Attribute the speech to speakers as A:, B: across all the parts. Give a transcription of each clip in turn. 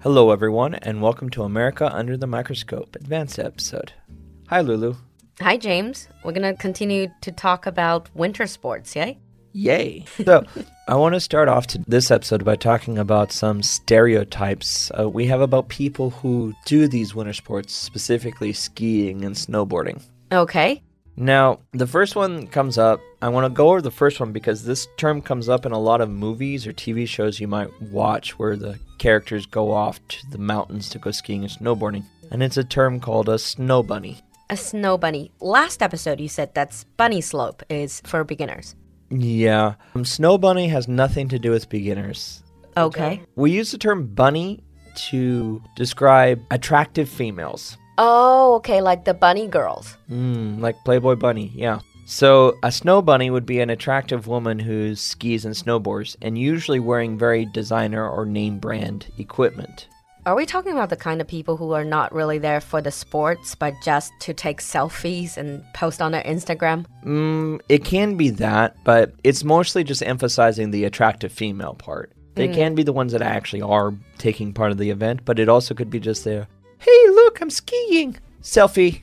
A: Hello, everyone, and welcome to America Under the Microscope Advanced Episode. Hi, Lulu.
B: Hi, James. We're going to continue to talk about winter sports, yay?
A: Yay. So, I want to start off to this episode by talking about some stereotypes uh, we have about people who do these winter sports, specifically skiing and snowboarding.
B: Okay.
A: Now, the first one comes up. I want to go over the first one because this term comes up in a lot of movies or TV shows you might watch where the characters go off to the mountains to go skiing and snowboarding. And it's a term called a snow bunny.
B: A snow bunny. Last episode, you said that's bunny slope is for beginners.
A: Yeah. Um, snow bunny has nothing to do with beginners.
B: Okay.
A: We use the term bunny to describe attractive females,
B: Oh, okay. Like the bunny girls.
A: mm, like Playboy Bunny. Yeah. So, a snow bunny would be an attractive woman who skis and snowboards and usually wearing very designer or name brand equipment.
B: Are we talking about the kind of people who are not really there for the sports, but just to take selfies and post on their Instagram?
A: Mm, it can be that, but it's mostly just emphasizing the attractive female part. They
B: Mm.
A: can be the ones that actually are taking part of the event, but it also could be just there. Hey, look, I'm skiing. Selfie.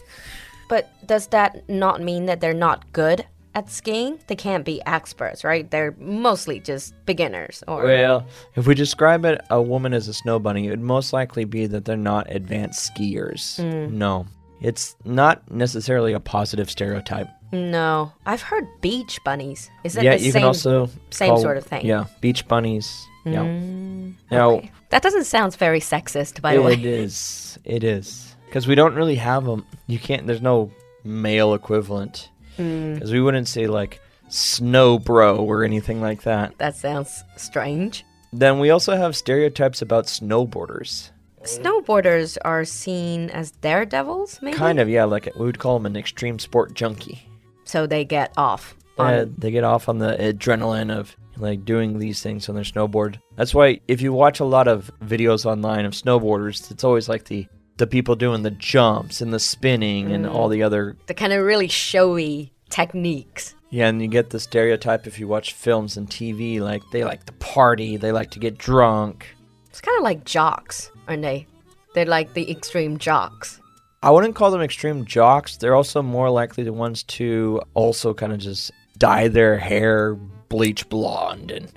B: But does that not mean that they're not good at skiing? They can't be experts, right? They're mostly just beginners or
A: Well, if we describe it a woman as a snow bunny, it would most likely be that they're not advanced skiers.
B: Mm.
A: No. It's not necessarily a positive stereotype.
B: No, I've heard beach bunnies. Is that
A: yeah,
B: the
A: you
B: same?
A: can also
B: same
A: call-
B: sort of thing. Mm,
A: Yeah, beach bunnies. yeah. Now,
B: that doesn't sound very sexist, by the
A: it
B: way.
A: is. It is. Because we don't really have them. You can't, there's no male equivalent. Because we wouldn't say like snow bro or anything like that.
B: That sounds strange.
A: Then we also have stereotypes about snowboarders.
B: Snowboarders are seen as daredevils, maybe.
A: Kind of, yeah, like we would call them an extreme sport junkie.
B: So they get off. on-
A: Uh, they get off on the adrenaline of like doing these things on their snowboard. That's why if you watch a lot of videos online of snowboarders, it's always like the the people doing the jumps and the spinning and all the other
B: the kind of really showy techniques.
A: yeah, and you get the stereotype if you watch films and TV like they like to party, they like to get drunk.
B: It's kind of like jocks, aren't they? They're like the extreme jocks.
A: I wouldn't call them extreme jocks. They're also more likely the ones to also kind of just dye their hair bleach blonde and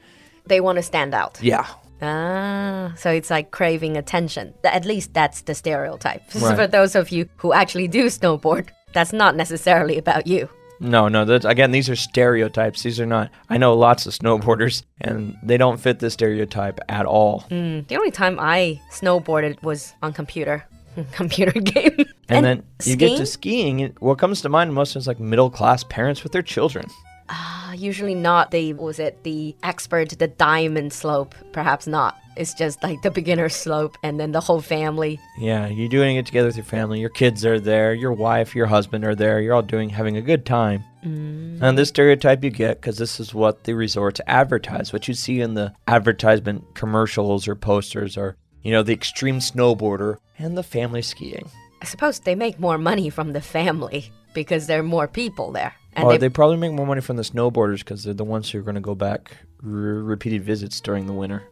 B: They want to stand out.
A: yeah,
B: Ah, so it's like craving attention. Th- At least that's the stereotype.
A: Right.
B: For those of you who actually do snowboard, that's not necessarily about you.
A: No, no. That's, again, these are stereotypes. These are not. I know lots of snowboarders, and they don't fit this stereotype at all.
B: Mm, The only time I snowboarded was on computer, computer game.
A: And, then you get to
B: skiing?
A: skiing. and What comes to mind most is like middle class parents with their children.
B: Ah, usually not the what was it the expert the diamond slope? Perhaps not. It's just like the beginner slope, and then the whole family.
A: Yeah, you're doing it together with your family. Your kids are there. Your wife, your husband are there. You're all doing having a good time. And this stereotype you get because this is what the resorts advertise. What you see in the advertisement commercials or posters are, you know, the extreme snowboarder and the family skiing.
B: I suppose they make more money from the family because there are more people there, and
A: Or
B: they,
A: they probably make more money from the snowboarders because they're the ones who are going to go back r- repeated visits during the winter.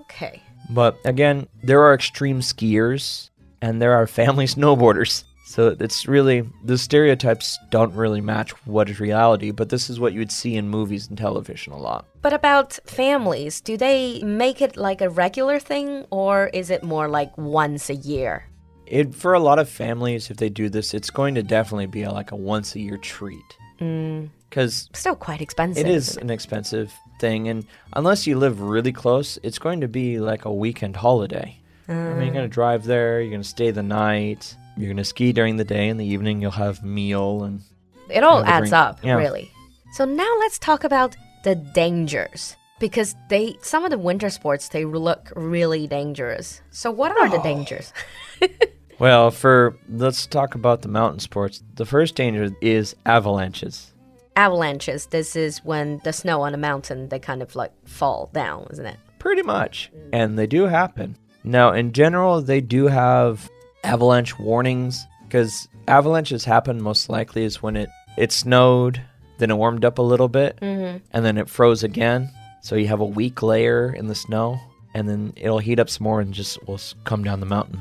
B: okay.
A: But again, there are extreme skiers and there are family snowboarders. So it's really, the stereotypes don't really match what is reality, but this is what you would see in movies and television a lot.
B: But about families, do they make it like a regular thing, or is it more like once a year?
A: It, for a lot of families, if they do this, it's going to definitely be a, like a once a year treat. Because
B: Still quite expensive.
A: It is an expensive thing, and unless you live really close, it's going to be like a weekend holiday. I mean, you're going to drive there, you're going to stay the night, you're going to ski during the day, in the evening you'll have meal, and
B: It all
A: Have a
B: adds
A: drink.
B: up,
A: Yeah.
B: really. So now let's talk about the dangers because they some of the winter sports they look really dangerous. So what are
A: Oh.
B: the dangers?
A: well, for let's talk about the mountain sports. The first danger is avalanches.
B: Avalanches. This is when the snow on a mountain they kind of like fall down, isn't it?
A: Pretty much. And they do happen. Now, in general, they do have avalanche warnings because avalanches happen most likely is when it, it snowed, then it warmed up a little bit, and then it froze again. So you have a weak layer in the snow. and then it'll heat up some more and just will s- come down the mountain.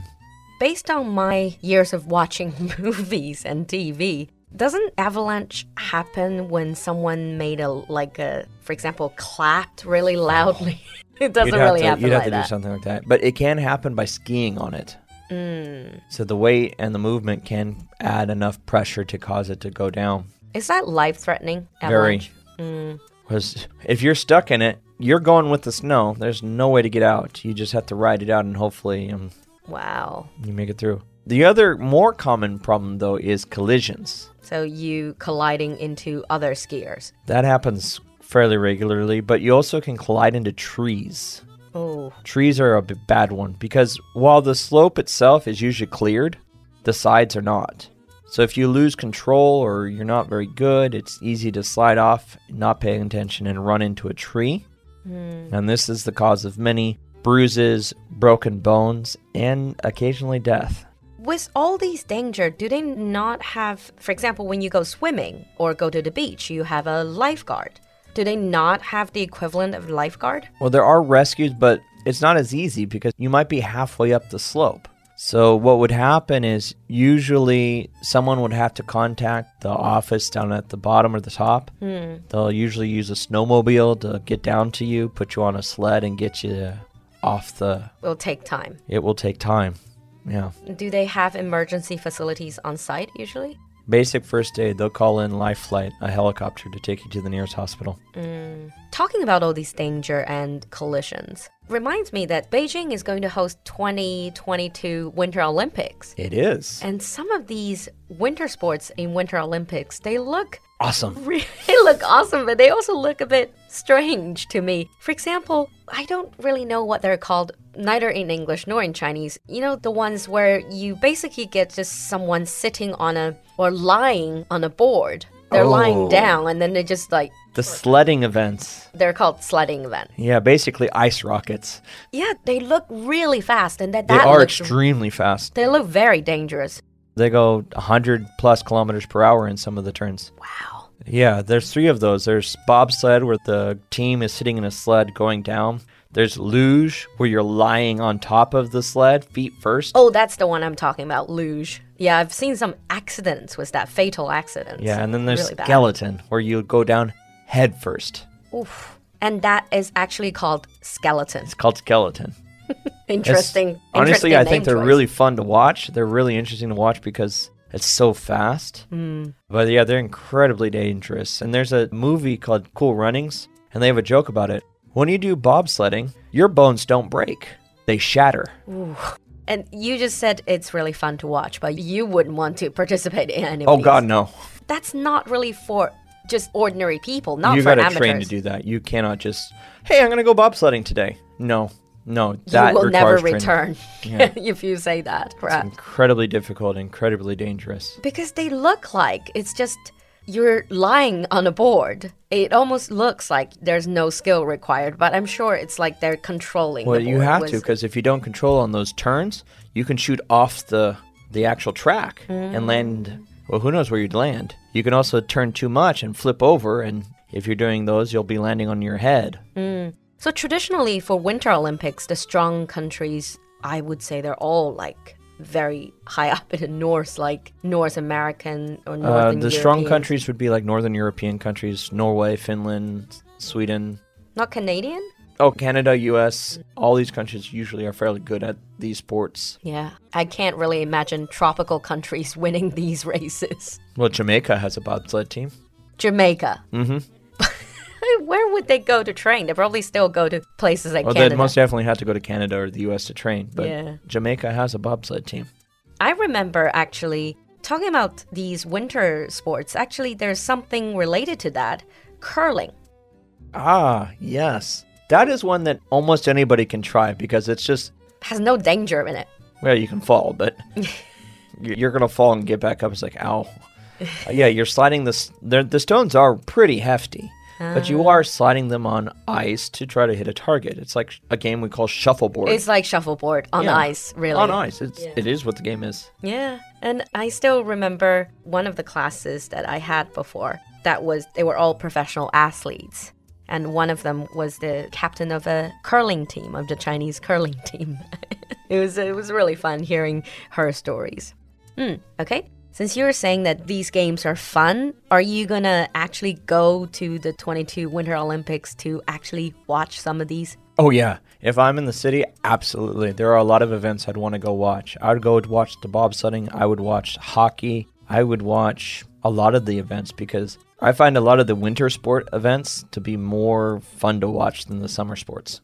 B: Based on my years of watching movies and TV, doesn't avalanche happen when someone made a like a for example clapped really loudly? it doesn't
A: Oh. you'd have
B: really
A: to,
B: happen
A: You'd
B: like
A: have to
B: that.
A: do something like that, but it can happen by skiing on it.
B: Mm.
A: So the weight and the movement can add enough pressure to cause it to go down.
B: Is that life threatening?
A: Very.
B: Mm.
A: Because if you're stuck in it, you're going with the snow. There's no way to get out. You just have to ride it out, and hopefully, um,
B: Wow.
A: you make it through. The other more common problem though is collisions.
B: So you colliding into other skiers.
A: That happens fairly regularly, but you also can collide into trees.
B: Oh,
A: Trees are a b- bad one because while the slope itself is usually cleared, the sides are not. So if you lose control or you're not very good, it's easy to slide off, not paying attention, and run into a tree. And this is the cause of many bruises, broken bones, and occasionally death.
B: with all these danger, do they not have, for example, when you go swimming or go to the beach, you have a lifeguard? Do they not have the equivalent of lifeguard?
A: Well, there are rescues, but it's not as easy because you might be halfway up the slope. So, what would happen is usually someone would have to contact the office down at the bottom or the top. They'll usually use a snowmobile to get down to you, put you on a sled, and get you off the.
B: Will take time.
A: It will take time. Yeah.
B: Do they have emergency facilities on site usually?
A: Basic first aid, they'll call in Life Flight, a helicopter, to take you to the nearest hospital.
B: Talking about all these danger and collisions reminds me that Beijing is going to host 2022 Winter Olympics.
A: It is.
B: And some of these winter sports in Winter Olympics, they look
A: Awesome.
B: really look awesome, but they also look a bit strange to me. For example, I don't really know what they're called, neither in English nor in Chinese. You know, the ones where you basically get just someone sitting on a or lying on a board. They're lying
A: Oh.
B: down and then they just like
A: The sledding events.
B: they're called sledding event.
A: Yeah, basically ice rockets.
B: Yeah, they look really fast and that,
A: They
B: that
A: are
B: looks,
A: extremely fast.
B: They look very dangerous.
A: They go 100 plus kilometers per hour in some of the turns.
B: Wow.
A: Yeah, there's three of those. There's bobsled, where the team is sitting in a sled going down. There's luge, where you're lying on top of the sled, feet first.
B: Oh, that's the one I'm talking about, luge. Yeah, I've seen some accidents with that fatal accidents.
A: yeah, and then there's
B: really bad.
A: skeleton, where you go down head first.
B: Oof. And that is actually called skeleton.
A: It's called skeleton. It's-
B: Interesting.
A: honestly,
B: interesting
A: I think
B: name
A: they're
B: choice.
A: really fun to watch. They're really interesting to watch because it's so fast.
B: Hmm.
A: But yeah, they're incredibly dangerous. And there's a movie called Cool Runnings, and they have a joke about it. When you do bobsledding, your bones don't break; they shatter.
B: And you just said it's really fun to watch, but you wouldn't want to participate in any. of
A: Oh
B: these.
A: God, no!
B: That's not really for just ordinary people, not
A: you
B: for
A: got to
B: amateurs.
A: train to do that. You cannot just, hey, I'm gonna go bobsledding today. No, no, that
B: you will never
A: requires training. Yeah.
B: return if you say that,
A: It's
B: right?
A: incredibly difficult, incredibly dangerous.
B: Because they look like it's just you're lying on a board. It almost looks like there's no skill required, but I'm sure it's like they're controlling.
A: Well,
B: the
A: you
B: board
A: have
B: with-
A: to because if you don't control on those turns, you can shoot off the the actual track
B: Hmm.
A: and land. Well, who knows where you'd land? You can also turn too much and flip over, and if you're doing those, you'll be landing on your head.
B: So traditionally for Winter Olympics, the strong countries, I would say they're all like very high up in the north, like North American or Northern
A: Uh, the strong
B: European-
A: countries would be like northern European countries: Norway, Finland, Sweden.
B: Not Canadian?
A: Oh, Canada, U.S. All these countries usually are fairly good at these sports.
B: Yeah. I can't really imagine tropical countries winning these races.
A: Well, Jamaica has a bobsled team.
B: Jamaica. Mm-hmm. Where would they go to train? They probably still go to places like
A: Well,
B: Canada.
A: they'd most definitely have to go to Canada or the U.S. to train, but
B: Yeah.
A: Jamaica has a bobsled team.
B: I remember actually talking about these winter sports. Actually, there's something related to that. Curling.
A: Ah, yes. That is one that almost anybody can try because it's just,
B: Has no danger in it.
A: well, you can fall, but y- you're going to fall and get back up. It's like, ow. Uh, yeah, you're sliding this. they're- The stones are pretty hefty, but you
B: Ah.
A: are sliding them on ice to try to hit a target. It's like a game we call shuffleboard.
B: It's like shuffleboard on
A: Yeah.
B: ice, really.
A: On ice. It's, It is what the game is.
B: Yeah. And I still remember one of the classes that I had before that was they were all professional athletes. And one of them was the captain of a curling team, of the Chinese curling team. it, was, it was really fun hearing her stories. Hmm, okay. Since you were saying that these games are fun, are you gonna actually go to the 22 Winter Olympics to actually watch some of these?
A: Oh, yeah. If I'm in the city, absolutely. There are a lot of events I'd want to go watch. I would go to watch the bobsledding, I would watch hockey, I would watch a lot of the events because I find a lot of the winter sport events to be more fun to watch than the summer sports.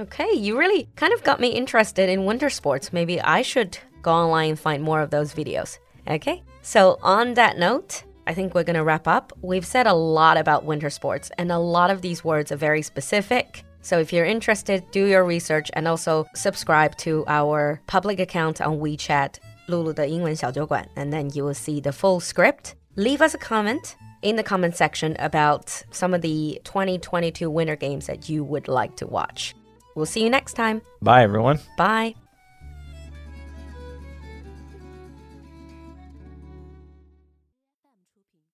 B: Okay, you really kind of got me interested in winter sports. Maybe I should go online and find more of those videos. Okay, so on that note, I think we're gonna wrap up. We've said a lot about winter sports, and a lot of these words are very specific. So if you're interested, do your research and also subscribe to our public account on WeChat, Lulu 的英文小酒馆, and then you will see the full script. Leave us a comment in the comment section about some of the 2022 Winter Games that you would like to watch. We'll see you next time.
A: Bye, everyone.
B: Bye.